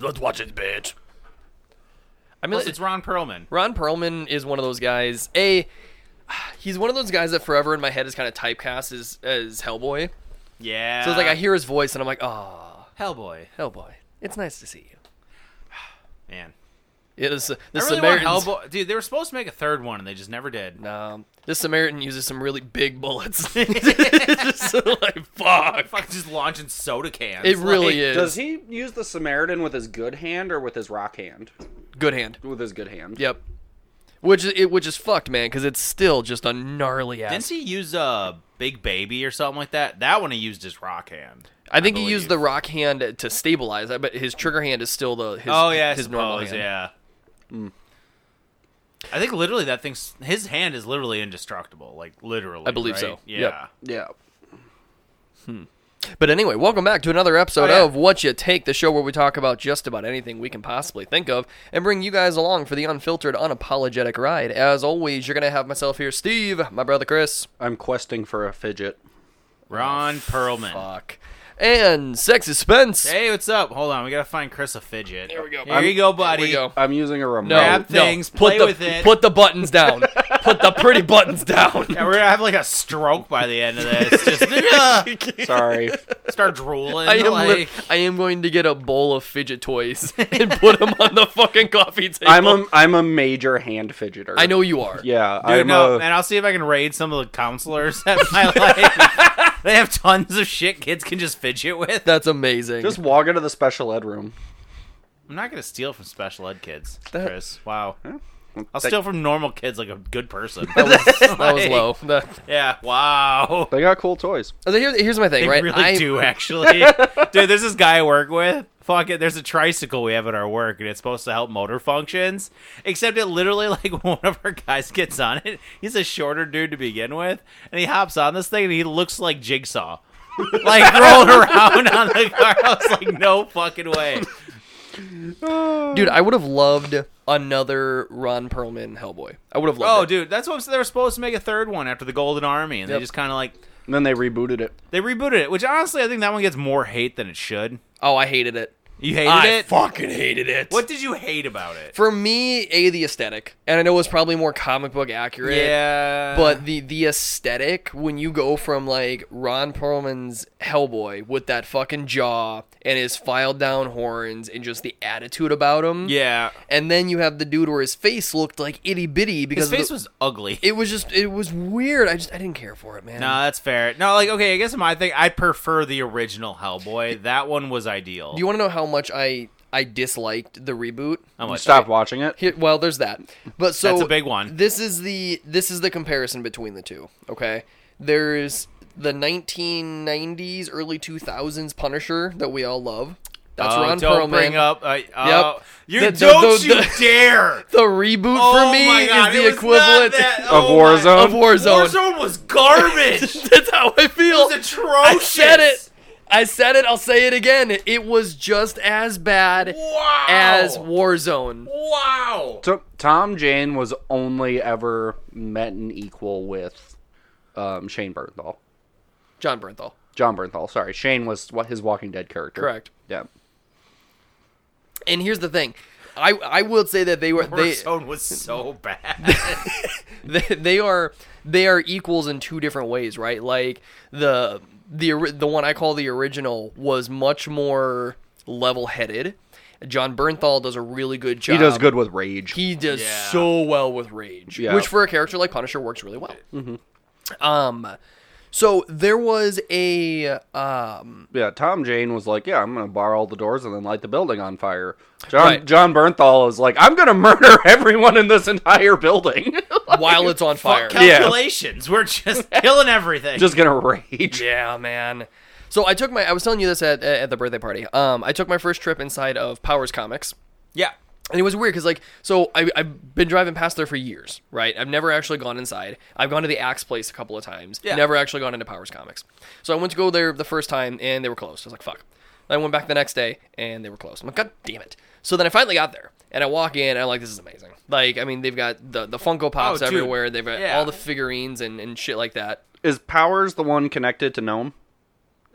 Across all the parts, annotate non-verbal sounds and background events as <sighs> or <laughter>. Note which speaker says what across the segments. Speaker 1: Let's watch it, bitch.
Speaker 2: I mean,
Speaker 1: Plus, it's Ron Perlman.
Speaker 2: Ron Perlman is one of those guys. A, <sighs> he's one of those guys that forever in my head is kind of typecast as as Hellboy.
Speaker 1: Yeah.
Speaker 2: So it's like I hear his voice and I'm like, ah,
Speaker 1: Hellboy.
Speaker 2: Hellboy. It's nice to see you.
Speaker 1: Man.
Speaker 2: Yeah, this uh,
Speaker 1: I
Speaker 2: this
Speaker 1: really want
Speaker 2: Samaritan.
Speaker 1: Hellboy. Dude, they were supposed to make a third one and they just never did.
Speaker 2: Um, this Samaritan uses some really
Speaker 1: <laughs>
Speaker 2: big bullets. <laughs> it's just like fuck.
Speaker 1: Fuck, just launching soda cans.
Speaker 2: It really
Speaker 1: Like,
Speaker 2: is.
Speaker 3: Does he use the Samaritan with his good hand or with his rock hand?
Speaker 2: Good hand.
Speaker 3: With his good hand.
Speaker 2: Yep. Which is- it which is fucked, man, because it's still just a gnarly ass.
Speaker 1: Didn't he use a uh, big baby or something like that? That one he used his rock hand.
Speaker 2: I think he
Speaker 1: believe.
Speaker 2: used the rock hand to stabilize, I but his trigger hand is still the his,
Speaker 1: oh yeah, I
Speaker 2: his
Speaker 1: suppose,
Speaker 2: normal hand. Mm.
Speaker 1: yeah. I think literally that thing's his hand is literally indestructible, like literally.
Speaker 2: I believe
Speaker 1: right?
Speaker 2: so.
Speaker 1: Yeah.
Speaker 2: Yep.
Speaker 3: Yeah.
Speaker 2: But anyway, welcome back to another episode
Speaker 1: Oh, yeah.
Speaker 2: of What You Take, the show where we talk about just about anything we can possibly think of and bring you guys along for the unfiltered, unapologetic ride. As always, you're going to have myself here, Steve, my brother Chris,
Speaker 3: I'm questing for a fidget.
Speaker 1: Ron Perlman.
Speaker 2: fuck, and Sexy Spence.
Speaker 1: Hey, what's up? Hold on, we gotta find Chris a fidget. Here
Speaker 2: we go.
Speaker 1: Here you go, buddy.
Speaker 2: Here we go.
Speaker 3: I'm using a remote.
Speaker 2: No,
Speaker 1: Grab
Speaker 2: no,
Speaker 1: things,
Speaker 2: put
Speaker 1: play
Speaker 2: the,
Speaker 1: with it.
Speaker 2: Put the
Speaker 1: <laughs>
Speaker 2: buttons down. put the pretty buttons down.
Speaker 1: Yeah, we're gonna have like a stroke by the end of this. Just <laughs> ugh,
Speaker 2: <laughs>
Speaker 3: Sorry.
Speaker 1: start drooling.
Speaker 2: I am, li-
Speaker 1: like,
Speaker 2: I am going to get a bowl of fidget toys <laughs> and put them on the fucking coffee table.
Speaker 3: I'm a I'm a major hand fidgeter.
Speaker 2: I know you are.
Speaker 3: Yeah,
Speaker 1: dude,
Speaker 3: I'm
Speaker 1: no,
Speaker 3: a
Speaker 1: and I'll see if I can raid some of the counselors <laughs> at my life. they have tons of shit kids can just fidget with.
Speaker 2: That's amazing.
Speaker 3: just walk into the special ed room.
Speaker 1: I'm not gonna steal from special ed kids,
Speaker 2: That-
Speaker 1: Chris. Wow. I'll
Speaker 3: That-
Speaker 1: steal from normal kids like a good person. <laughs>
Speaker 3: <laughs>
Speaker 2: that was low. That-
Speaker 1: yeah. Wow.
Speaker 3: They got cool toys.
Speaker 2: So here, here's my thing,
Speaker 1: They
Speaker 2: right?
Speaker 1: really
Speaker 2: I, <laughs>
Speaker 1: do, actually. Dude, there's this guy I work with. Fuck it. There's a tricycle we have at our work, and it's supposed to help motor functions. Except it literally, <laughs> like, one of our guys gets on it. He's a shorter dude to begin with, and he hops on this thing, and he looks like Jigsaw. <laughs> like, rolling around on the car. I was like, no fucking way.
Speaker 2: dude, I would have loved another Ron Perlman Hellboy. I would have loved.
Speaker 1: Oh,
Speaker 2: it.
Speaker 1: dude, that's what I'm saying. They were supposed to make a third one after the Golden Army, and
Speaker 2: Yep.
Speaker 1: they just kind of, like,
Speaker 3: And then they rebooted it.
Speaker 1: they rebooted it, which honestly, I think that one gets more hate than it should.
Speaker 2: Oh, I hated it.
Speaker 1: You hated
Speaker 2: I
Speaker 1: it?
Speaker 2: fucking hated it.
Speaker 1: What did you hate about it?
Speaker 2: For me, a the aesthetic, and I know it's probably more comic book accurate.
Speaker 1: Yeah.
Speaker 2: But the the aesthetic when you go from like Ron Perlman's Hellboy with that fucking jaw and his filed down horns and just the attitude about him,
Speaker 1: Yeah.
Speaker 2: and then you have the dude where his face looked like itty bitty because
Speaker 1: His
Speaker 2: of the-
Speaker 1: face was ugly. <laughs>
Speaker 2: it was just it was weird. I just I didn't care for it, man.
Speaker 1: no, that's fair. No, like okay, I guess my thing. I prefer the original Hellboy. That one was ideal.
Speaker 2: Do you want to know how much I I disliked the reboot?
Speaker 1: How
Speaker 3: You
Speaker 1: much?
Speaker 3: stopped watching it.
Speaker 2: Here, well, there's that. But so
Speaker 1: That's a big one.
Speaker 2: This is the this is the comparison between the two. Okay, there's the 1990s, early 2000s Punisher that we all love. That's
Speaker 1: oh,
Speaker 2: Ron
Speaker 1: don't
Speaker 2: Perlman.
Speaker 1: bring up. Uh, uh,
Speaker 2: Yep.
Speaker 1: You
Speaker 2: The- the-
Speaker 1: don't
Speaker 2: the-
Speaker 1: you
Speaker 2: the- <laughs>
Speaker 1: dare.
Speaker 2: The reboot
Speaker 1: oh
Speaker 2: for me
Speaker 1: my God,
Speaker 2: is
Speaker 1: it
Speaker 2: the
Speaker 1: was not
Speaker 2: equivalent <laughs>
Speaker 1: that,
Speaker 3: Of
Speaker 1: oh my-
Speaker 3: Warzone?
Speaker 2: of Warzone.
Speaker 1: Warzone was
Speaker 2: <laughs>
Speaker 1: garbage. it
Speaker 2: That's how I feel.
Speaker 1: was atrocious.
Speaker 2: I said it. I said it. I'll say it again. It was just as bad
Speaker 1: Wow.
Speaker 2: as Warzone.
Speaker 1: wow.
Speaker 3: So Tom Jane was only ever met and equal with um, Shane Bernthal.
Speaker 2: John Bernthal.
Speaker 3: John Bernthal, sorry. Shane was what his Walking Dead character.
Speaker 2: Correct.
Speaker 3: Yeah.
Speaker 2: And here's the thing. I, I will say that they were they,
Speaker 1: Warzone was
Speaker 2: <laughs>
Speaker 1: so bad.
Speaker 2: they <laughs> they are they are equals in two different ways, right? Like the the ori- the one I call the original was much more level-headed. John Bernthal does a really good job.
Speaker 3: He does good with rage.
Speaker 2: Um, He does
Speaker 1: Yeah.
Speaker 2: so well with rage,
Speaker 3: Yeah. Mm-hmm.
Speaker 2: which for a character like Punisher works really well. Um, So there was a
Speaker 3: <laughs>
Speaker 2: um,
Speaker 3: Yeah, Tom Jane was like, "Yeah, I'm gonna bar all the doors and then light the building on fire." John
Speaker 2: Right.
Speaker 3: John Bernthal is like, "I'm gonna murder <laughs> everyone in this entire building." <laughs>
Speaker 2: while it's on fire.
Speaker 1: Calculations. We're
Speaker 2: <laughs>
Speaker 1: just killing everything.
Speaker 3: Just gonna rage.
Speaker 2: Yeah, man. So I took my. I was telling you this at at the birthday party. Um, I took my first trip inside of Powers Comics.
Speaker 1: yeah.
Speaker 2: And it was weird because, like, so I, I've been driving past there for years, right? I've never actually gone inside. I've gone to the Axe place a couple of times.
Speaker 1: Yeah.
Speaker 2: Never actually gone into Powers Comics. So I went to go there the first time and they were closed. I was like, fuck. I went back the next day and they were closed. I'm like, god damn it. So then I finally got there and I walk in and I'm like, this is amazing. Like, I mean, they've got the, the Funko Pops
Speaker 1: Oh, dude.
Speaker 2: everywhere, they've got
Speaker 1: Yeah.
Speaker 2: all the figurines and, and shit like that.
Speaker 3: Is Powers the one connected to Gnome?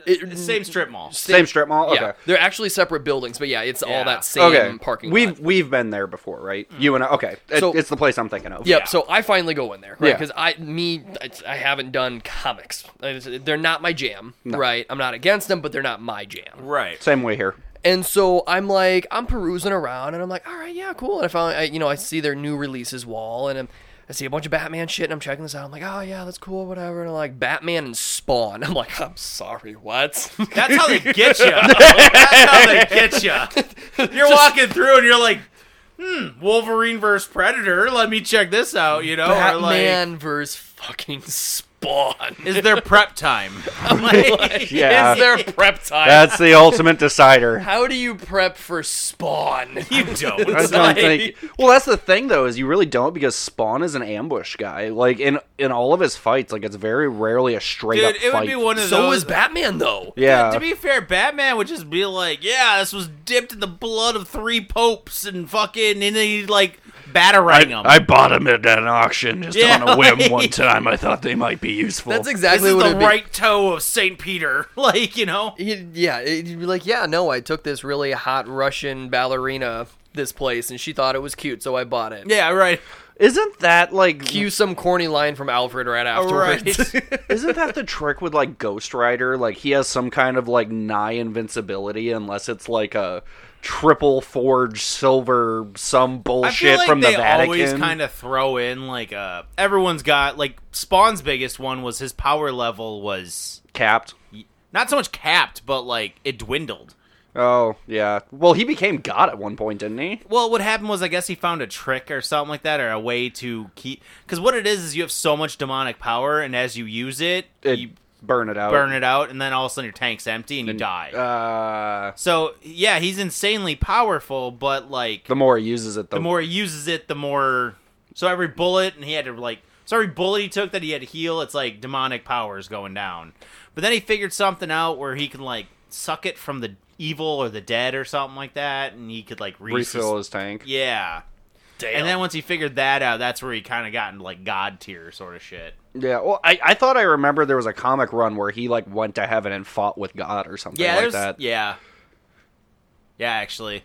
Speaker 2: It,
Speaker 1: Same strip mall.
Speaker 3: Same strip mall.
Speaker 2: Yeah,
Speaker 3: Okay.
Speaker 2: they're actually separate buildings, but yeah, it's all
Speaker 1: Yeah.
Speaker 2: that same
Speaker 3: okay.
Speaker 2: parking
Speaker 3: We've
Speaker 2: lot. Mm.
Speaker 3: we've been there before, right? You and I. Okay. It-
Speaker 2: So-
Speaker 3: it's the place I'm thinking of.
Speaker 2: Yep. So I finally go in there, right?
Speaker 3: Yeah.
Speaker 2: Because I, me, I, I haven't done comics. I just- They're not my jam, right? I'm not against them, but they're not my jam.
Speaker 1: Right.
Speaker 3: Same way
Speaker 2: <laughs>
Speaker 3: here.
Speaker 2: And so I'm like, I'm perusing around, and I'm like, all right, yeah, cool. And I finally, I, you know, I see their new releases wall, and I'm, I see a bunch of Batman shit, and I'm checking this out. I'm like, oh yeah, that's cool, whatever. And I'm like, Batman and Spawn. <laughs> I'm like, I'm
Speaker 3: <laughs>
Speaker 2: sorry, what?
Speaker 3: Oh,
Speaker 1: That's how <laughs> they get you. That's how they get you. <laughs> You're walking through and you're like, hmm, Wolverine versus Predator. Let me check this out. You know, or like,
Speaker 2: Batman versus fucking Spawn. <laughs>
Speaker 1: is there prep time? <laughs> I'm like,
Speaker 3: Yeah.
Speaker 2: Is there prep time?
Speaker 3: That's the ultimate decider.
Speaker 2: <laughs> How do you prep for Spawn?
Speaker 3: <laughs>
Speaker 1: you don't.
Speaker 3: I don't
Speaker 1: Like,
Speaker 3: think. Well, that's the thing though, is you really don't because Spawn is an ambush guy. Like in in all of his fights, like it's very rarely a straight
Speaker 1: Dude,
Speaker 3: up
Speaker 1: it
Speaker 3: fight.
Speaker 1: would be one of
Speaker 2: So
Speaker 1: those.
Speaker 2: is Batman though.
Speaker 3: yeah.
Speaker 1: To be fair, Batman would just be like, "Yeah, this was dipped in the blood of three popes and fucking," and then he'd like batarang them.
Speaker 3: bought them at an auction just
Speaker 1: Yeah, like-
Speaker 3: time. I thought they might be useful.
Speaker 2: That's
Speaker 1: this
Speaker 2: exactly
Speaker 1: is
Speaker 2: what
Speaker 1: the
Speaker 2: it'd be.
Speaker 1: right toe of Saint Peter, <laughs> like you know.
Speaker 2: He'd- yeah, it- you'd be like, yeah, no, I took this really hot Russian ballerina this place, and she thought it was cute, so I bought it.
Speaker 1: Yeah, right.
Speaker 3: Isn't that
Speaker 1: <laughs>
Speaker 3: like?
Speaker 2: Cue some corny line from Alfred right afterwards.
Speaker 1: Right.
Speaker 3: isn't that the trick with like Ghost Rider? Like he has some kind of like nigh invincibility, unless it's like a triple forged silver some
Speaker 1: I
Speaker 3: bullshit
Speaker 1: feel like
Speaker 3: from
Speaker 1: they
Speaker 3: the Vatican.
Speaker 1: always kind of throw in like uh everyone's got like Spawn's biggest one was his power level was
Speaker 3: capped.
Speaker 1: not so much capped, but like it dwindled.
Speaker 3: Oh yeah. Well, he became God at one point, didn't he?
Speaker 1: Well, what happened was I guess he found a trick or something like that, or a way to keep. Because what it is is you have so much demonic power, and as you use it,
Speaker 3: It,
Speaker 1: you
Speaker 3: burn it out.
Speaker 1: burn it out, and then all of a sudden your tank's empty and you die.
Speaker 3: Uh,
Speaker 1: so yeah, he's insanely powerful, but like
Speaker 3: the more he uses it, the,
Speaker 1: the more he uses it, the more. So every bullet, and he had to like. So every bullet he took that he had to heal, it's like demonic powers going down. But then he figured something out where he can like suck it from the evil or the dead or something like that, and he could like
Speaker 3: refill his tank.
Speaker 1: Yeah. And then once he figured that out, that's where he kind of got into like god tier sort of shit.
Speaker 3: Yeah. Well, I, I thought I remember there was a comic run where he like went to heaven and fought with God or something
Speaker 1: Yeah,
Speaker 3: like
Speaker 1: there's
Speaker 3: that.
Speaker 1: yeah, yeah. Actually,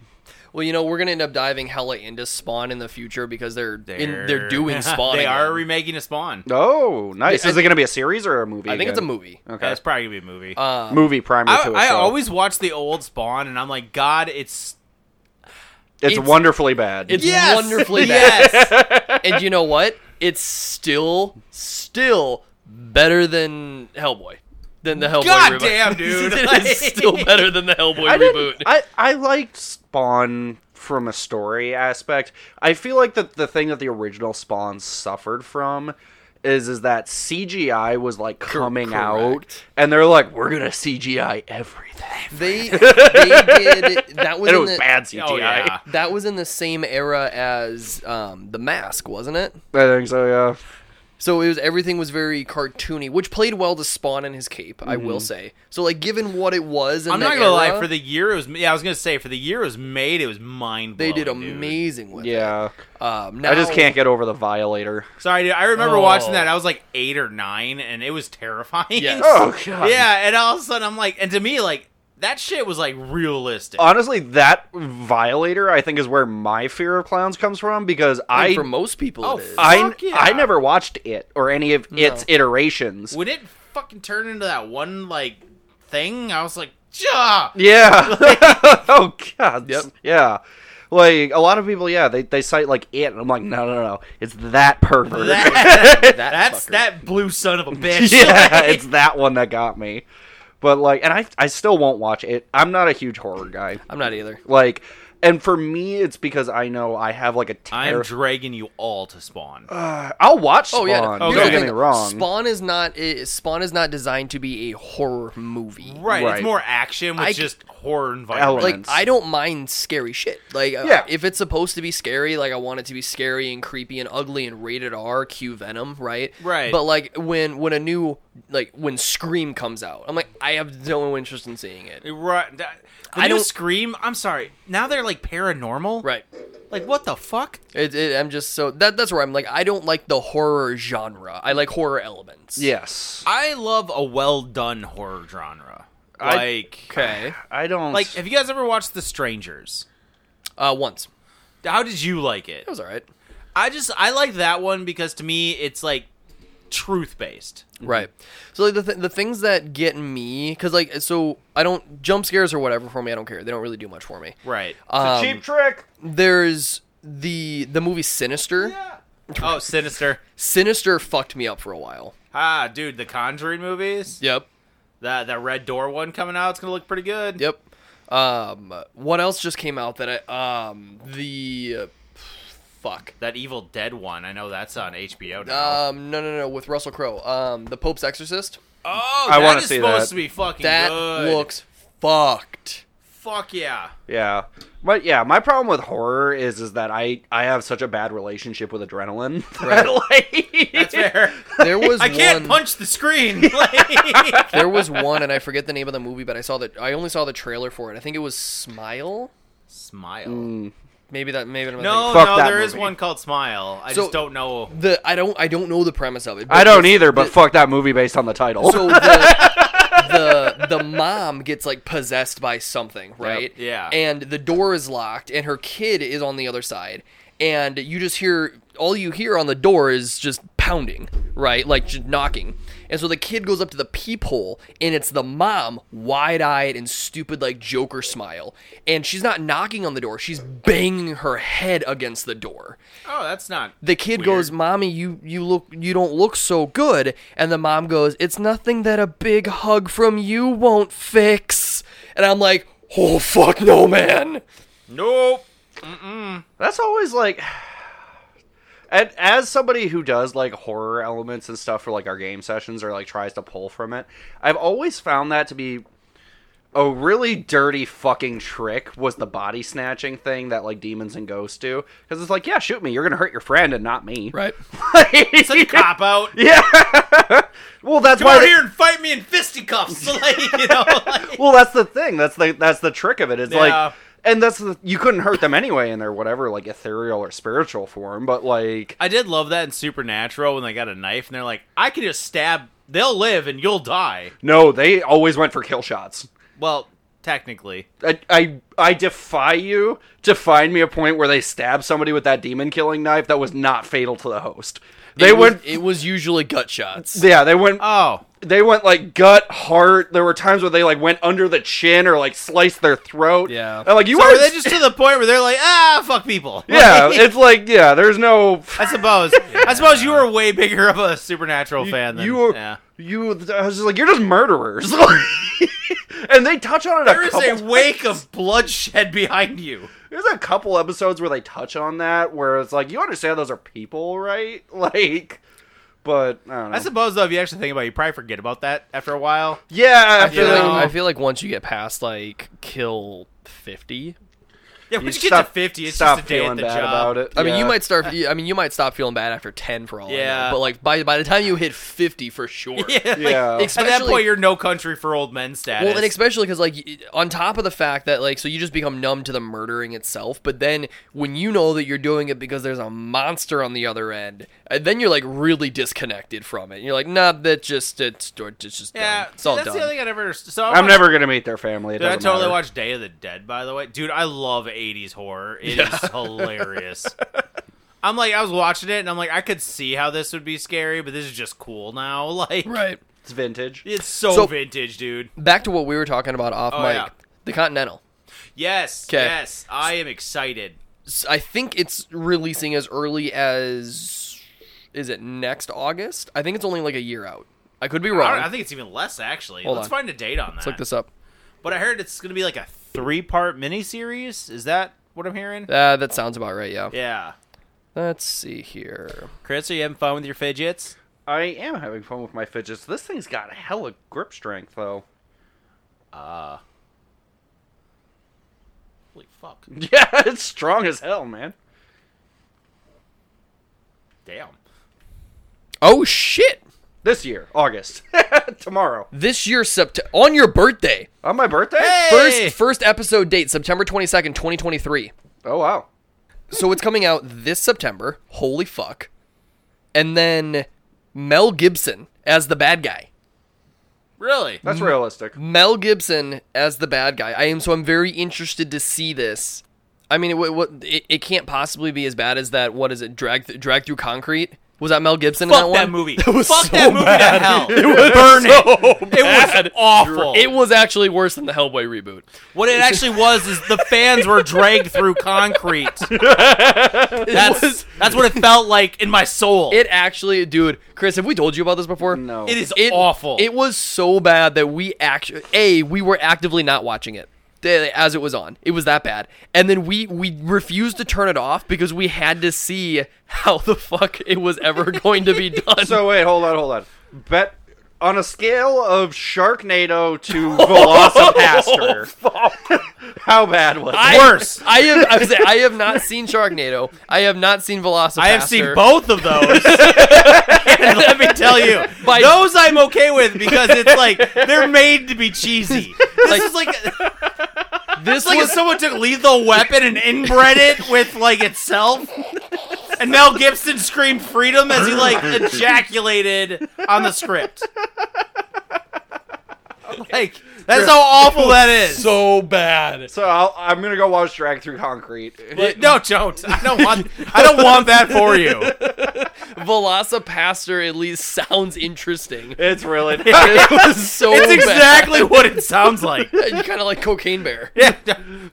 Speaker 2: Well, you know, we're gonna end up diving hella into Spawn in the future because they're in- they're, doing
Speaker 1: <laughs>
Speaker 2: Spawn.
Speaker 1: they
Speaker 2: again.
Speaker 1: are remaking a Spawn.
Speaker 3: Oh, nice.
Speaker 2: I-
Speaker 3: Is it going to be a series or a movie?
Speaker 2: I think it's a
Speaker 3: again?
Speaker 2: movie. Uh,
Speaker 3: Okay.
Speaker 1: That's probably gonna be a movie.
Speaker 3: movie primer
Speaker 1: I,
Speaker 3: to a
Speaker 1: I
Speaker 3: show.
Speaker 1: always watch the old Spawn, and I'm like, God, it's
Speaker 3: it's,
Speaker 2: it's-
Speaker 3: wonderful wonderfully bad.
Speaker 2: It's
Speaker 1: Yes!
Speaker 2: wonderfully bad.
Speaker 1: yes.
Speaker 2: and you know what? It's still, still better than Hellboy. Than the Hellboy
Speaker 1: God
Speaker 2: reboot. <laughs>
Speaker 1: damn, dude.
Speaker 2: it's still better than the Hellboy
Speaker 3: I,
Speaker 2: reboot.
Speaker 3: didn't- I I liked Spawn from a story aspect. I feel like that the thing that the original Spawn suffered from is is that CGI was like coming out,
Speaker 2: correct.
Speaker 3: and they're like, we're gonna CGI everything.
Speaker 2: they, they did that was,
Speaker 3: And it
Speaker 2: in
Speaker 3: was
Speaker 2: the,
Speaker 3: bad CGI.
Speaker 1: oh yeah.
Speaker 2: That was in the same era as um, the Mask, wasn't it?
Speaker 3: I think so. Yeah.
Speaker 2: So it was everything was very cartoony, which played well to Spawn and his cape. I will say. So like, given what it was, <laughs> in
Speaker 1: I'm
Speaker 2: the
Speaker 1: not gonna lie.
Speaker 2: era,
Speaker 1: For the year it was, yeah, I was gonna say for the year it was made, it was mind.
Speaker 2: they
Speaker 1: blowing.
Speaker 2: did amazing with it.
Speaker 3: Yeah.
Speaker 2: Um,
Speaker 3: I just
Speaker 2: now-
Speaker 3: can't get over the violator.
Speaker 1: Sorry, dude. I remember
Speaker 2: Oh.
Speaker 1: watching that. I was like eight or nine, and it was terrifying.
Speaker 2: Yes.
Speaker 1: <laughs>
Speaker 3: Oh god.
Speaker 1: Yeah, and all of a sudden I'm like, and to me, like that shit was like realistic.
Speaker 3: Honestly, that violator I think is where my fear of clowns comes from because
Speaker 2: I
Speaker 3: I
Speaker 2: mean, for most people,
Speaker 1: Oh,
Speaker 2: it is.
Speaker 3: I,
Speaker 1: Fuck yeah.
Speaker 3: I never watched it or any of its iterations. <laughs>
Speaker 1: when it fucking turned into that one like thing, I was like, "Ja!"
Speaker 3: <laughs> Yeah. oh god.
Speaker 2: Yep.
Speaker 3: Yeah. Like a lot of people, yeah, they, they cite like it, and I'm like, no, no, no, it's that
Speaker 2: <laughs>
Speaker 3: pervert. <laughs>
Speaker 1: That,
Speaker 2: That
Speaker 1: that's
Speaker 2: fucker.
Speaker 1: that blue son
Speaker 2: <laughs>
Speaker 1: of a bitch.
Speaker 3: yeah, it's that one that got me. But like, and I I still won't watch it. I'm not a huge horror guy.
Speaker 2: I'm not either.
Speaker 3: Like, and for me, it's because I know I have like a
Speaker 1: <laughs> I'm
Speaker 3: terror.
Speaker 1: dragging you all to Spawn.
Speaker 3: I'll watch Spawn.
Speaker 2: Oh yeah, no,
Speaker 1: Okay.
Speaker 3: Don't
Speaker 1: the
Speaker 3: get me wrong.
Speaker 2: Spawn is not i- Spawn is not designed to be a horror movie.
Speaker 1: right,
Speaker 3: right.
Speaker 1: It's more action with
Speaker 2: I c-
Speaker 1: just horror environment.
Speaker 3: Element.
Speaker 2: Like I don't mind scary shit. Like uh,
Speaker 3: Yeah.
Speaker 2: if it's supposed to be scary, like I want it to be scary and creepy and ugly and rated R, Q Venom, right?
Speaker 1: Right.
Speaker 2: But like when when a new like when Scream comes out, I'm like I have no interest in seeing it.
Speaker 1: Right. that- The
Speaker 2: I
Speaker 1: new
Speaker 2: don't-
Speaker 1: scream. I'm sorry. Now they're like paranormal.
Speaker 2: Right.
Speaker 1: Like what the fuck?
Speaker 2: It, it, I'm just so that that's where I'm like I don't like the horror genre. I like horror elements.
Speaker 3: Yes.
Speaker 1: I love a well done horror genre.
Speaker 3: I-
Speaker 1: Like
Speaker 2: Okay.
Speaker 3: I don't
Speaker 1: like have you guys ever watched The Strangers?
Speaker 2: Uh, once
Speaker 1: How did you like it?
Speaker 2: it was all right.
Speaker 1: I just I like that one because to me it's like truth based.
Speaker 2: Right. So like the th- the things that get me because like so I don't jump scares or whatever for me. I don't care. They don't really do much for me.
Speaker 1: Right.
Speaker 2: Um,
Speaker 3: cheap trick.
Speaker 2: There's the the movie Sinister.
Speaker 1: oh, sinister.
Speaker 2: Sinister fucked me up for a while.
Speaker 1: Ah, dude, the Conjuring movies.
Speaker 2: Yep.
Speaker 1: That that Red Door one coming out. It's gonna look pretty good.
Speaker 2: Yep. Um, what else just came out that I um the uh, fuck
Speaker 1: That Evil Dead one. I know that's on HBO now.
Speaker 2: um no no no with Russell Crowe um the Pope's Exorcist
Speaker 1: oh,
Speaker 3: I
Speaker 1: that
Speaker 3: wanna
Speaker 1: is
Speaker 3: see
Speaker 1: supposed
Speaker 3: that.
Speaker 1: to be fucking
Speaker 2: that
Speaker 1: good.
Speaker 2: looks fucked.
Speaker 1: Fuck yeah.
Speaker 3: Yeah. But yeah, my problem with horror is is that I I have such a bad relationship with adrenaline. <laughs> That, like,
Speaker 1: That's fair. <laughs>
Speaker 2: There was
Speaker 1: I can't
Speaker 2: one,
Speaker 1: punch the screen. Like-
Speaker 2: there was one, and I forget the name of the movie, but I saw that I only saw the trailer for it. I think it was Smile.
Speaker 1: Smile.
Speaker 2: Maybe that. Maybe I'm
Speaker 1: Mm. No,
Speaker 3: Fuck
Speaker 1: no,
Speaker 3: that
Speaker 1: there is
Speaker 3: movie.
Speaker 1: one called Smile. I
Speaker 2: So-
Speaker 1: just don't know.
Speaker 2: thinking- The I don't. I don't know the premise of it.
Speaker 3: I don't either, but
Speaker 2: the-
Speaker 3: fuck that movie based on the title.
Speaker 2: So the, the the mom gets like possessed by something, right?
Speaker 1: yeah.
Speaker 2: And the door is locked, and her kid is on the other side, and you just hear all you hear on the door is just pounding, right? Like just knocking. And so the kid goes up to the peephole, and it's the mom, wide-eyed and stupid, like Joker smile. And she's not knocking on the door; she's banging her head against the door
Speaker 1: Oh, that's not.
Speaker 2: the kid
Speaker 1: Weird.
Speaker 2: goes, "Mommy, you you look you don't look so good." And the mom goes, "It's nothing that a big hug from you won't fix." And I'm like, "Oh fuck no, man."
Speaker 1: Nope.
Speaker 3: That's always like and as somebody who does like horror elements and stuff for like our game sessions or like tries to pull from it, I've always found that to be a really dirty fucking trick was the body snatching thing that like demons and ghosts do because it's like yeah shoot me you're gonna hurt your friend and not me <laughs>
Speaker 2: Right.
Speaker 1: It's like a cop out.
Speaker 3: well that's
Speaker 1: Come
Speaker 3: why
Speaker 1: out
Speaker 3: they-
Speaker 1: here and fight me in fisticuffs. Like, you know, like,
Speaker 3: well that's the thing that's the that's the trick of it it's
Speaker 1: Yeah.
Speaker 3: like and that's the, you couldn't hurt them anyway in their whatever like ethereal or spiritual form but like
Speaker 1: I did love that in Supernatural when they got a knife and they're like, I can just stab. They'll live and you'll die.
Speaker 3: no they always went for kill shots
Speaker 1: Well, technically,
Speaker 3: I, I I defy you to find me a point where they stab somebody with that demon killing knife that was not fatal to the host. They
Speaker 2: it
Speaker 3: went
Speaker 2: Was, it was usually gut shots.
Speaker 3: yeah, they went
Speaker 1: oh,
Speaker 3: they went like gut, heart. There were times where they like went under the chin or like sliced their throat.
Speaker 2: Yeah.
Speaker 3: And, like you
Speaker 1: so
Speaker 3: are
Speaker 1: are they just to the point where they're like, ah, fuck people?
Speaker 3: <laughs>
Speaker 1: <laughs>
Speaker 3: Yeah,
Speaker 1: Like,
Speaker 3: it's like yeah, there's no
Speaker 1: I suppose. I suppose you were way bigger of a Supernatural <laughs> fan than
Speaker 3: you were
Speaker 1: yeah.
Speaker 3: you I was just like you're just murderers. <laughs> and they touch on it
Speaker 1: There
Speaker 3: a
Speaker 1: is
Speaker 3: couple
Speaker 1: a wake of bloodshed behind you.
Speaker 3: There's a couple episodes where they touch on that, where it's like you understand those are people, right? <laughs> Like, but I don't know.
Speaker 1: I suppose though, if you actually think about it, you probably forget about that after a while.
Speaker 3: yeah,
Speaker 2: I feel
Speaker 1: You
Speaker 2: like
Speaker 1: know.
Speaker 2: I feel like once you get past like kill 50,
Speaker 1: Yeah, once you, get to
Speaker 3: stop-
Speaker 1: fifty, it's
Speaker 3: stop
Speaker 1: just a day
Speaker 3: feeling
Speaker 1: at the
Speaker 3: bad
Speaker 1: job.
Speaker 3: about it.
Speaker 2: I mean, you
Speaker 3: Yeah. <laughs>
Speaker 2: might start. I mean, you might stop feeling bad after ten for all. I know,
Speaker 1: Yeah.
Speaker 2: but like by by the time you hit fifty, for sure.
Speaker 1: <laughs> Yeah,
Speaker 3: <laughs> Yeah.
Speaker 1: like, at that
Speaker 2: Especially-
Speaker 1: point, you're no country for old men status.
Speaker 2: Well, and especially because like y- on top of the fact that like so you just become numb to the murdering itself, but then when you know that you're doing it because there's a monster on the other end, uh, then you're like really disconnected from it. You're like, nah, that just it's, it's just
Speaker 1: yeah,
Speaker 2: done. it's all
Speaker 1: that's
Speaker 2: done.
Speaker 1: the other thing I never. So I
Speaker 3: I'm
Speaker 1: watched-
Speaker 3: never gonna meet their family. It
Speaker 1: Dude, I
Speaker 3: doesn't
Speaker 1: totally
Speaker 3: matter.
Speaker 1: watched Day of the Dead. By the way, dude, I love '80s horror. It is
Speaker 2: <laughs>
Speaker 1: hilarious. I'm like, I was watching it, and I'm like, I could see how this would be scary, but this is just cool now. <laughs> Like,
Speaker 2: right.
Speaker 3: It's vintage.
Speaker 1: It's so,
Speaker 2: So-
Speaker 1: vintage, dude.
Speaker 2: Back to what we were talking about off
Speaker 1: Oh,
Speaker 2: mic.
Speaker 1: yeah.
Speaker 2: The Continental.
Speaker 1: Yes,
Speaker 2: 'Kay.
Speaker 1: yes, I am excited.
Speaker 2: s- I think it's releasing as early as is it next August? I think it's only like a year out. I could be
Speaker 1: I, don't-
Speaker 2: wrong.
Speaker 1: I think it's even less actually.
Speaker 2: Hold
Speaker 1: Let's
Speaker 2: on.
Speaker 1: find a date on that.
Speaker 2: Let's look this up.
Speaker 1: But I heard it's going to be like a three-part miniseries. Is that what I'm hearing?
Speaker 2: Uh, that sounds about right. Yeah.
Speaker 1: yeah.
Speaker 2: Let's see here.
Speaker 1: Chris, are you having fun with your fidgets?
Speaker 3: I am having fun with my fidgets. This thing's got hella grip strength, though.
Speaker 1: Uh. Holy fuck.
Speaker 3: <laughs> Yeah, it's strong as hell, man.
Speaker 1: Damn.
Speaker 2: Oh shit!
Speaker 3: This year, August, <laughs> tomorrow,
Speaker 2: This year, Sept- on your birthday,
Speaker 3: on my birthday.
Speaker 1: Hey!
Speaker 2: first first episode date, September twenty second, twenty twenty three.
Speaker 3: Oh wow.
Speaker 2: So it's coming out this September. Holy fuck! And then Mel Gibson as the bad guy.
Speaker 1: Really?
Speaker 3: That's
Speaker 2: Mm.
Speaker 3: realistic.
Speaker 2: Mel Gibson as the bad guy. I am so I'm very interested to see this. I mean, what, what it, it can't possibly be as bad as that. What is it? Drag th- drag through concrete. Was that Mel Gibson
Speaker 1: Fuck
Speaker 2: in <laughs> that,
Speaker 1: that,
Speaker 2: one?
Speaker 1: movie.
Speaker 2: It was
Speaker 1: Fuck
Speaker 2: so
Speaker 1: that movie
Speaker 2: bad.
Speaker 1: to
Speaker 2: <laughs>
Speaker 1: hell. It was burning. it was awful.
Speaker 2: It was actually worse than the Hellboy reboot.
Speaker 1: what it actually was is the fans were dragged through
Speaker 2: <laughs>
Speaker 1: concrete. That's
Speaker 2: was-
Speaker 1: that's what it felt like in my soul.
Speaker 2: It actually, dude, Chris, have we told you about this before?
Speaker 3: No.
Speaker 1: it is
Speaker 2: It-
Speaker 1: awful.
Speaker 2: It was so bad that we actually, a, we were actively not watching it eh, as it was on. It was that bad, and then we we refused to turn it off because we had to see how the fuck it was ever going to be done.
Speaker 3: So wait, hold on, hold on. Bet on a scale of Sharknado <laughs> to Velocipaster, how bad was it?
Speaker 1: I- worse.
Speaker 2: I have I, was saying, I have not seen Sharknado. I have not seen Velocipaster.
Speaker 1: I have seen both of those. <laughs> And let me tell you,
Speaker 2: By-
Speaker 1: those I'm okay with because it's like they're made to be cheesy. This
Speaker 2: Like-
Speaker 1: is like
Speaker 2: This
Speaker 1: it's like if
Speaker 2: was
Speaker 1: someone took Lethal Weapon and inbred it with like itself, and Mel Gibson screamed freedom as he like ejaculated on the script. Like that's how awful that is.
Speaker 2: so bad.
Speaker 3: So I'll, I'm gonna go watch Drag Through Concrete.
Speaker 1: no, don't. I don't want. I don't want that for you.
Speaker 2: Velocipaster at least sounds interesting.
Speaker 3: It's <laughs> really
Speaker 2: <laughs> It was so
Speaker 1: <laughs> It's
Speaker 2: bad.
Speaker 1: exactly what it sounds like.
Speaker 2: kind of like Cocaine Bear.
Speaker 1: Yeah,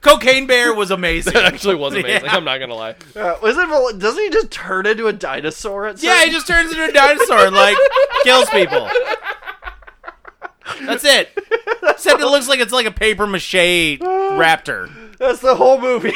Speaker 1: Cocaine Bear was amazing.
Speaker 2: It actually was amazing.
Speaker 1: Yeah.
Speaker 2: I'm not gonna lie.
Speaker 3: uh, is it? Vel- Doesn't he just turn into a dinosaur? At
Speaker 1: Yeah, he
Speaker 3: certain-
Speaker 1: just turns into a dinosaur and like kills people. That's it. Except it looks like it's like a paper mache raptor.
Speaker 3: that's the whole movie.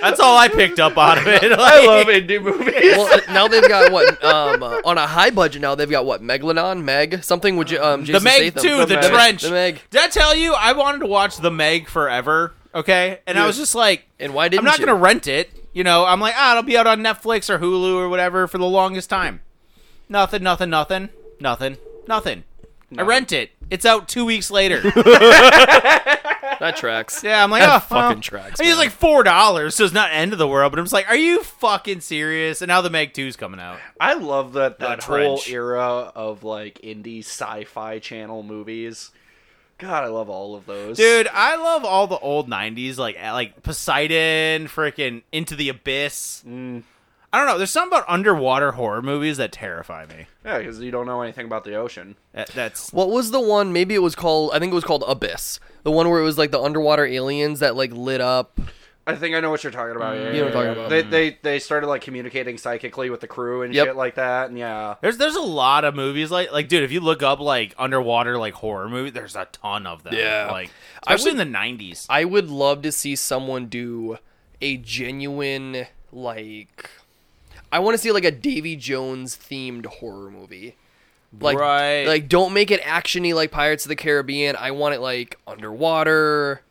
Speaker 1: That's all I picked up out of it. <laughs>
Speaker 3: <laughs> I love indie movies.
Speaker 2: Well, uh, now they've got what um, uh, on a high budget. Now they've got what Megalodon, Meg, something with J- um,
Speaker 1: the
Speaker 2: Jason
Speaker 1: Meg
Speaker 2: Statham.
Speaker 1: too, the,
Speaker 3: Meg.
Speaker 1: trench.
Speaker 2: The Meg.
Speaker 1: Did I tell you I wanted to watch the Meg forever? Okay, and I was just like,
Speaker 2: And why didn't
Speaker 1: I'm not
Speaker 2: you?
Speaker 1: gonna rent it. You know, I'm like, ah, it'll be out on Netflix or Hulu or whatever for the longest time. Nothing, nothing, nothing, nothing, nothing. I rent it. It's out two weeks
Speaker 2: <laughs>
Speaker 1: later.
Speaker 2: That tracks.
Speaker 1: Yeah, I'm like,
Speaker 2: That
Speaker 1: oh,
Speaker 2: fucking
Speaker 1: well.
Speaker 2: tracks,
Speaker 1: I mean, it's
Speaker 2: man.
Speaker 1: like four dollars, so it's not end of the world. But I'm just like, are you fucking serious? And now the Meg 2's coming out.
Speaker 3: I love that that whole
Speaker 1: trench.
Speaker 3: era of like indie sci-fi channel movies. God, I love all of those,
Speaker 1: Dude, I love all the old '90s, like eh, like Poseidon, freaking Into the Abyss.
Speaker 2: Mm.
Speaker 1: I don't know. There's something about underwater horror movies that terrify me.
Speaker 3: Yeah, because you don't know anything about the ocean.
Speaker 1: That, that's
Speaker 2: What was the one? Maybe it was called. I think it was called Abyss. The one where it was like the underwater aliens that like lit up.
Speaker 3: I think I know what you're talking about. Yeah,
Speaker 2: You know what I'm
Speaker 3: yeah,
Speaker 2: talking
Speaker 3: yeah. They, they they started like communicating psychically with the crew and
Speaker 2: Yep.
Speaker 3: shit like that, and yeah.
Speaker 1: there's there's a lot of movies like like dude, if you look up like underwater like horror movie, there's a ton of them.
Speaker 2: Yeah.
Speaker 1: like
Speaker 2: I
Speaker 1: especially in the '90s.
Speaker 2: I would love to see someone do a genuine like. I want to see like a Davy Jones themed horror movie. Like,
Speaker 1: Right.
Speaker 2: like don't make it actiony like Pirates of the Caribbean. I want it like underwater.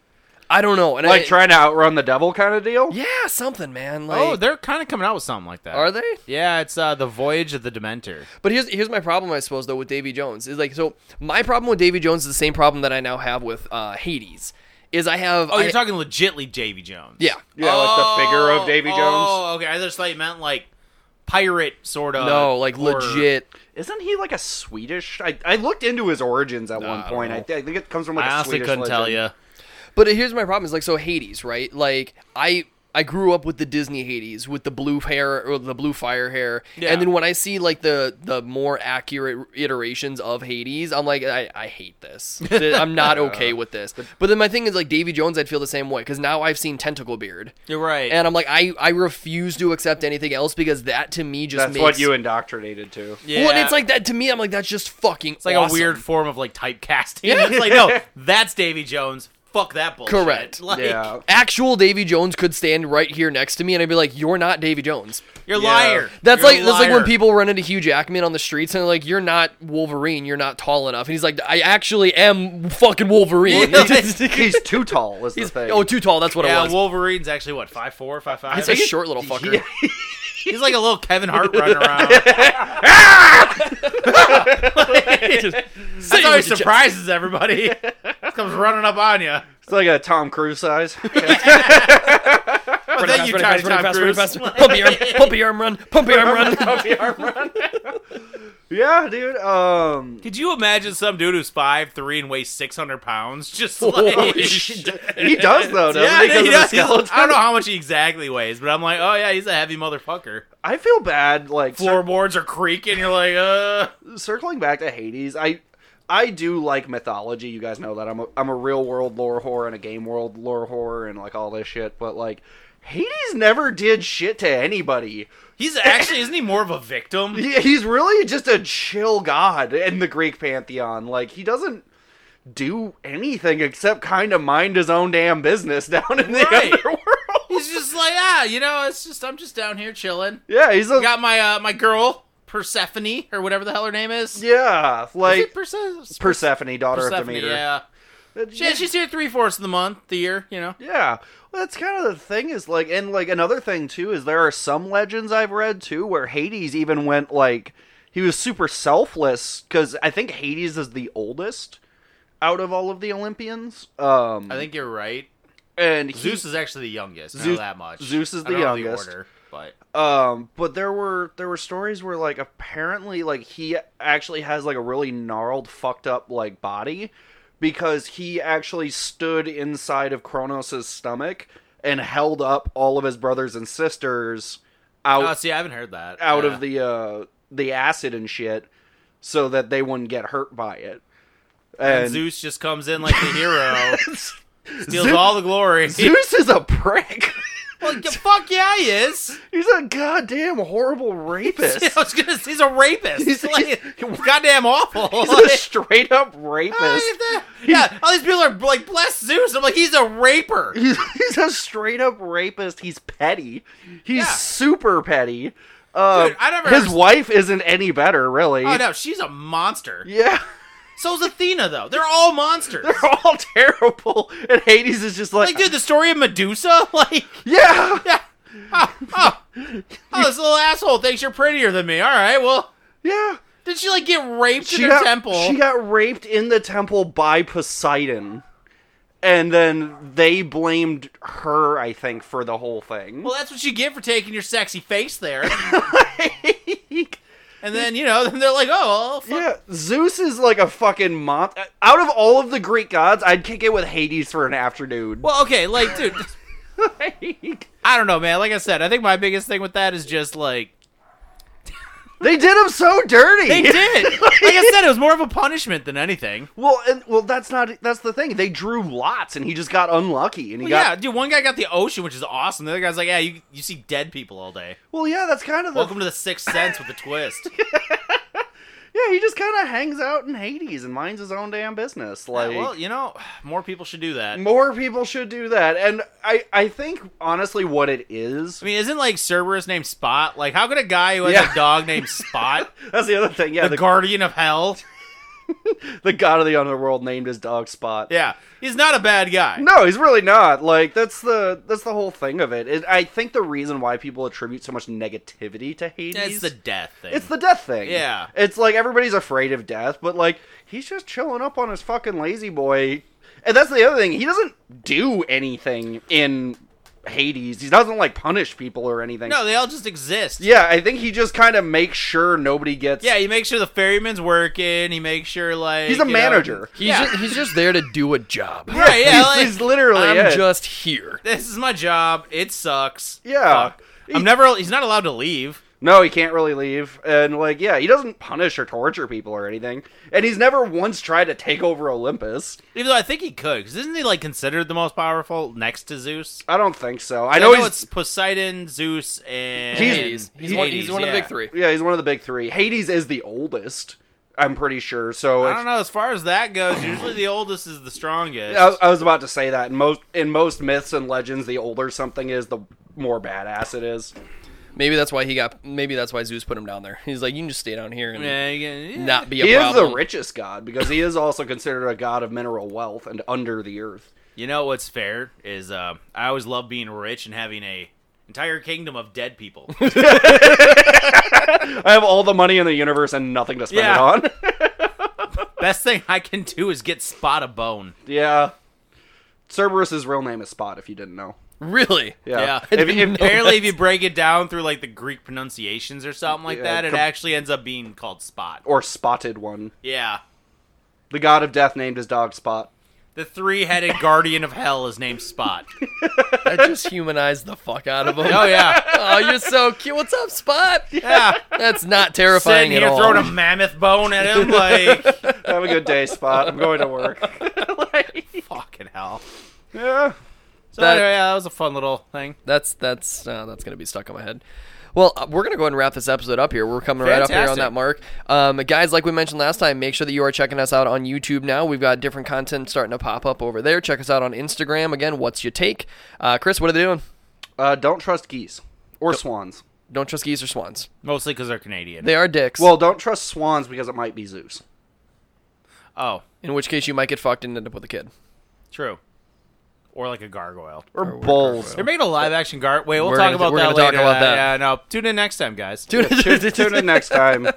Speaker 2: I don't know. And I,
Speaker 3: Like trying to outrun the devil kind of deal.
Speaker 2: Yeah, something, man. Like,
Speaker 1: oh, they're kind of coming out with something like that.
Speaker 2: are they?
Speaker 1: Yeah, it's uh, the Voyage of the Dementor.
Speaker 2: But here's here's my problem, I suppose, though, with Davy Jones is like so. My problem with Davy Jones is the same problem that I now have with uh, Hades. Is I have
Speaker 1: Oh, you're
Speaker 2: I-
Speaker 1: talking legitly Davy Jones.
Speaker 2: yeah
Speaker 3: Yeah, like the figure of Davy Jones.
Speaker 1: Oh, okay. I just thought you meant like pirate sort of.
Speaker 2: no like
Speaker 1: horror.
Speaker 2: legit
Speaker 3: Isn't he like a Swedish? I, I looked into his origins at one
Speaker 1: I don't
Speaker 3: point. I, thi- I think it comes from like
Speaker 1: I
Speaker 3: a
Speaker 1: honestly
Speaker 3: Swedish
Speaker 1: couldn't tell
Speaker 3: legend.
Speaker 1: you.
Speaker 2: But here's my problem: is like so Hades, right? Like I I grew up with the Disney Hades with the blue hair or the blue fire hair,
Speaker 1: Yeah.
Speaker 2: and then when I see like the the more accurate iterations of Hades, I'm like, I, I hate
Speaker 1: <laughs>
Speaker 2: this. I'm not okay with this. But then my thing is like Davy Jones, I'd feel the same way because now I've seen Tentacle Beard.
Speaker 1: You're right.
Speaker 2: And I'm like, I, I refuse to accept anything else because that to me just
Speaker 3: That's
Speaker 2: makes
Speaker 3: what you indoctrinated to.
Speaker 1: yeah.
Speaker 2: Well, and it's like that to me. I'm like, that's just fucking.
Speaker 1: it's like a weird form of like
Speaker 2: <laughs>
Speaker 1: typecasting. it's like no, that's Davy Jones. Fuck that bullshit.
Speaker 2: Correct.
Speaker 1: <laughs> Like,
Speaker 2: <laughs>
Speaker 3: Yeah.
Speaker 2: Actual Davy Jones could stand right here next to me, and I'd be like, "You're not Davy Jones."
Speaker 1: You're a
Speaker 3: Yeah.
Speaker 1: liar.
Speaker 2: That's
Speaker 1: You're a
Speaker 2: like that's like
Speaker 1: liar.
Speaker 2: when people run into Hugh Jackman on the streets and they're like, "You're not Wolverine. You're not tall enough." And he's like, "I actually am fucking
Speaker 1: <laughs>
Speaker 2: Wolverine." <laughs>
Speaker 1: Yeah.
Speaker 3: He's too tall. Was the
Speaker 2: He's-
Speaker 3: thing.
Speaker 2: oh, too tall. That's what
Speaker 1: Yeah,
Speaker 2: it was.
Speaker 1: Wolverine's actually what five four, five five.
Speaker 2: He's a short
Speaker 1: <laughs>
Speaker 2: little fucker.
Speaker 3: Yeah.
Speaker 1: He's like a little
Speaker 2: <laughs>
Speaker 1: Kevin Hart running around.
Speaker 2: Say
Speaker 1: That's how he
Speaker 2: what you just-
Speaker 1: surprises
Speaker 2: <laughs>
Speaker 1: everybody. Comes running up on you.
Speaker 3: it's like a Tom Cruise size. <laughs>
Speaker 1: But then you try to Tom Cruise.
Speaker 2: Pump your arm, pump your arm, run, pump your arm, run.
Speaker 3: <laughs> yeah, dude. Um,
Speaker 1: Could you imagine some dude who's five three and weighs six hundred pounds? Just like <laughs>
Speaker 3: he does though. Doesn't
Speaker 1: yeah,
Speaker 3: he? 'Cause
Speaker 1: he
Speaker 3: of
Speaker 1: does.
Speaker 3: the
Speaker 1: He's-
Speaker 3: skeleton.
Speaker 1: I don't know how much he exactly weighs, but I'm like, oh yeah, he's a heavy motherfucker.
Speaker 3: I feel bad. Like cir-
Speaker 1: Floorboards are creaking. You're like, uh.
Speaker 3: circling back to Hades, I I do like mythology. You guys know that I'm a, I'm a real world lore horror and a game world lore horror and like all this shit. But like Hades never did shit to anybody.
Speaker 1: He's actually isn't he more of a
Speaker 2: <laughs>
Speaker 1: victim?
Speaker 3: He, he's really just a chill god in the Greek pantheon. Like he doesn't do anything except kind of mind his own damn business <laughs> down in the
Speaker 1: Right.
Speaker 3: underworld.
Speaker 1: He's just like, ah, you know, it's just I'm just down here chilling.
Speaker 3: Yeah, he's a
Speaker 1: I <laughs> got my uh, my girl Persephone or whatever the hell her name is.
Speaker 3: yeah,
Speaker 1: Is
Speaker 3: like
Speaker 1: it Perse-
Speaker 3: Persephone, daughter
Speaker 1: Persephone,
Speaker 3: of Demeter.
Speaker 1: yeah. She, she's here three fourths of the month, the year, you know.
Speaker 3: Yeah. Well, that's kind of the thing is like, and like another thing too is there are some legends I've read too where Hades even went like, he was super selfless because I think Hades is the oldest out of all of the Olympians. Um,
Speaker 1: I think you're right.
Speaker 3: and he-
Speaker 1: Zeus is actually the youngest. I know
Speaker 3: Zeus-
Speaker 1: that much.
Speaker 3: Zeus is
Speaker 1: I don't
Speaker 3: the
Speaker 1: know
Speaker 3: youngest.
Speaker 1: The order, but
Speaker 3: um, but there were there were stories where like apparently like he actually has like a really gnarled, fucked up like body because he actually stood inside of Kronos' stomach and held up all of his brothers and sisters out
Speaker 1: oh, see, I haven't heard that.
Speaker 3: out
Speaker 1: Yeah.
Speaker 3: of the uh the acid and shit so that they wouldn't get hurt by it.
Speaker 1: And
Speaker 3: And,
Speaker 1: Zeus just comes in like the
Speaker 3: <laughs>
Speaker 1: hero, steals all the glory. <laughs>
Speaker 3: Zeus is a prick. <laughs>
Speaker 1: like, fuck yeah, he is.
Speaker 3: He's a goddamn horrible
Speaker 1: <laughs>
Speaker 3: rapist.
Speaker 1: I was gonna say, he's a rapist.
Speaker 3: He's-
Speaker 1: He's like, <laughs> goddamn awful. <laughs>
Speaker 3: He's a straight up rapist.
Speaker 1: Like, yeah, all these people are like, bless Zeus. I'm like, he's a raper.
Speaker 3: He's, he's a straight up rapist. He's petty. He's
Speaker 1: Yeah.
Speaker 3: super petty. Uh,
Speaker 1: Dude, I never
Speaker 3: his
Speaker 1: underst-
Speaker 3: wife isn't any better, really.
Speaker 1: Oh no, she's a monster.
Speaker 3: Yeah, <laughs>
Speaker 1: So's Athena though. They're all monsters.
Speaker 3: they're all terrible. And Hades is just like,
Speaker 1: like, dude, the story of Medusa. <laughs> Like,
Speaker 3: yeah,
Speaker 1: yeah. Oh, oh, oh, this little asshole thinks you're prettier than me. All right, well,
Speaker 3: yeah.
Speaker 1: did she like get raped
Speaker 3: She
Speaker 1: in her
Speaker 3: got,
Speaker 1: temple?
Speaker 3: she got raped in the temple by Poseidon. And then they blamed her, I think, for the whole thing. <laughs>
Speaker 1: well, that's what you get for taking your sexy face there. and then you know, <laughs> then they're like, oh, well, fuck.
Speaker 3: Yeah, Zeus is like a fucking mon Out of all of the Greek gods, I'd kick it with Hades for an afternoon.
Speaker 1: well, okay, like, dude, I don't know, man. Like I said, I think my biggest thing with that is just
Speaker 3: <laughs>
Speaker 1: like
Speaker 3: they did him so dirty.
Speaker 1: they did. like I said, it was more of a punishment than anything.
Speaker 3: Well, and well, that's not that's the thing. They drew lots, and he just got unlucky, and he
Speaker 1: Well,
Speaker 3: got.
Speaker 1: yeah, dude, one guy got the ocean, which is awesome. The other guy's like, yeah, you you see dead people all day.
Speaker 3: Well, yeah, that's kind of the.
Speaker 1: Welcome to the sixth sense with a twist.
Speaker 3: Yeah, he just kind of hangs out in Hades and minds his own damn business. <laughs> Like,
Speaker 1: well, you know, <sighs> more people should do that.
Speaker 3: more people should do that, and I I think honestly what it is.
Speaker 1: I mean, isn't like Cerberus named Spot? Like, how could a guy who has
Speaker 3: Yeah.
Speaker 1: a dog named
Speaker 3: <laughs>
Speaker 1: Spot,
Speaker 3: That's the other thing. Yeah,
Speaker 1: the,
Speaker 3: the,
Speaker 1: guardian of hell?
Speaker 3: the god of the underworld named his dog Spot.
Speaker 1: Yeah, he's not a bad guy.
Speaker 3: No, he's really not. Like that's the that's the whole thing of it. it I think the reason why people attribute so much negativity to Hades
Speaker 1: it's the death thing.
Speaker 3: it's the death thing.
Speaker 1: Yeah.
Speaker 3: It's like everybody's afraid of death, but like he's just chilling up on his fucking lazy boy. And that's the other thing. He doesn't do anything in Hades. He doesn't like punish people or anything.
Speaker 1: No, they all just exist.
Speaker 3: Yeah, I think he just kind of makes sure nobody gets. <laughs>
Speaker 1: Yeah, he makes sure the ferryman's working. He makes sure like
Speaker 3: He's a
Speaker 1: you know-
Speaker 3: manager.
Speaker 2: He's
Speaker 1: <laughs> Yeah.
Speaker 2: just, he's just there to do a job.
Speaker 1: Right, yeah,
Speaker 3: he's,
Speaker 1: like,
Speaker 3: he's literally.
Speaker 2: I'm
Speaker 3: it.
Speaker 2: just here.
Speaker 1: this is my job. It sucks.
Speaker 3: Yeah.
Speaker 1: Fuck. I'm never. He's not allowed to leave.
Speaker 3: No, he can't really leave. And, like, yeah, he doesn't punish or torture people or anything. And he's never once tried to take over Olympus.
Speaker 1: Even though I think he could, because isn't he like considered the most powerful next to Zeus?
Speaker 3: I don't think so. I know
Speaker 1: it's
Speaker 3: he's.
Speaker 1: Poseidon, Zeus, and
Speaker 3: He's-
Speaker 2: Hades. He's,
Speaker 3: he-
Speaker 2: one, he's one of the
Speaker 1: yeah.
Speaker 2: big three.
Speaker 3: Yeah, he's one of the big three. Hades is the oldest, I'm pretty sure. So,
Speaker 1: I
Speaker 3: if-
Speaker 1: don't know. As far as that goes, usually the oldest is the strongest.
Speaker 3: I, I was about to say that. In most, in most myths and legends, the older something is, the more badass it is.
Speaker 2: Maybe that's why he got. Maybe that's why Zeus put him down there. He's like, you can just stay down here and
Speaker 1: Yeah, you can- yeah.
Speaker 2: not be a
Speaker 3: He is
Speaker 2: problem.
Speaker 3: the richest god because he is also considered a god of mineral wealth and under the earth.
Speaker 1: You know what's fair is uh, I always love being rich and having a entire kingdom of dead people.
Speaker 3: I have all the money in the universe and nothing to spend
Speaker 1: Yeah.
Speaker 3: it on. <laughs>
Speaker 1: Best thing I can do is get spot a bone.
Speaker 3: yeah. Cerberus's real name is Spot, if you didn't know.
Speaker 2: Really?
Speaker 3: Yeah.
Speaker 1: Yeah.
Speaker 2: I
Speaker 3: If-
Speaker 2: didn't
Speaker 3: if-
Speaker 2: know
Speaker 1: Apparently, if
Speaker 2: that.
Speaker 1: you break it down through like the Greek pronunciations or something like
Speaker 3: Yeah,
Speaker 1: that, it
Speaker 3: com-
Speaker 1: actually ends up being called spot.
Speaker 3: <laughs> Or Spotted One.
Speaker 1: Yeah.
Speaker 3: The god of death named his dog Spot.
Speaker 1: The three-headed guardian of hell is named Spot.
Speaker 2: that just humanized the fuck out of him.
Speaker 1: Oh yeah,
Speaker 2: <laughs> oh, you're so cute. What's up, Spot?
Speaker 1: yeah.
Speaker 2: That's not terrifying
Speaker 1: Sitting
Speaker 2: at
Speaker 1: here
Speaker 2: all.
Speaker 1: throwing a mammoth bone at him, like
Speaker 3: Have a good day, Spot. I'm going to work. <laughs>
Speaker 1: <laughs> fucking hell.
Speaker 3: Yeah.
Speaker 1: So
Speaker 2: That-
Speaker 1: anyway, yeah, that was a fun little thing.
Speaker 2: That's that's uh, that's gonna be stuck in my head. Well, uh, we're gonna go ahead and wrap this episode up here. We're coming right up here on
Speaker 1: Fantastic.
Speaker 2: that mark, um, guys. Like we mentioned last time, make sure that you are checking us out on YouTube. Now we've got different content starting to pop up over there. Check us out on Instagram again. What's your take, uh, Chris? What are they doing?
Speaker 3: Uh, don't trust geese or swans.
Speaker 2: Don't trust geese or swans.
Speaker 1: Mostly because they're Canadian.
Speaker 2: They are dicks.
Speaker 3: Well, don't trust swans because it might be Zeus.
Speaker 1: oh,
Speaker 2: in which case you might get fucked and end up with a kid.
Speaker 1: true. Or like a gargoyle.
Speaker 3: Or, bulls. <laughs>
Speaker 1: They're making a live-action gar. Wait, we'll
Speaker 2: We're
Speaker 1: talk
Speaker 2: gonna-
Speaker 1: about
Speaker 2: we're
Speaker 1: that
Speaker 2: gonna talk
Speaker 1: later.
Speaker 2: about that.
Speaker 1: Yeah, no. Tune in next time, guys.
Speaker 2: Dude,
Speaker 3: Tune in next time.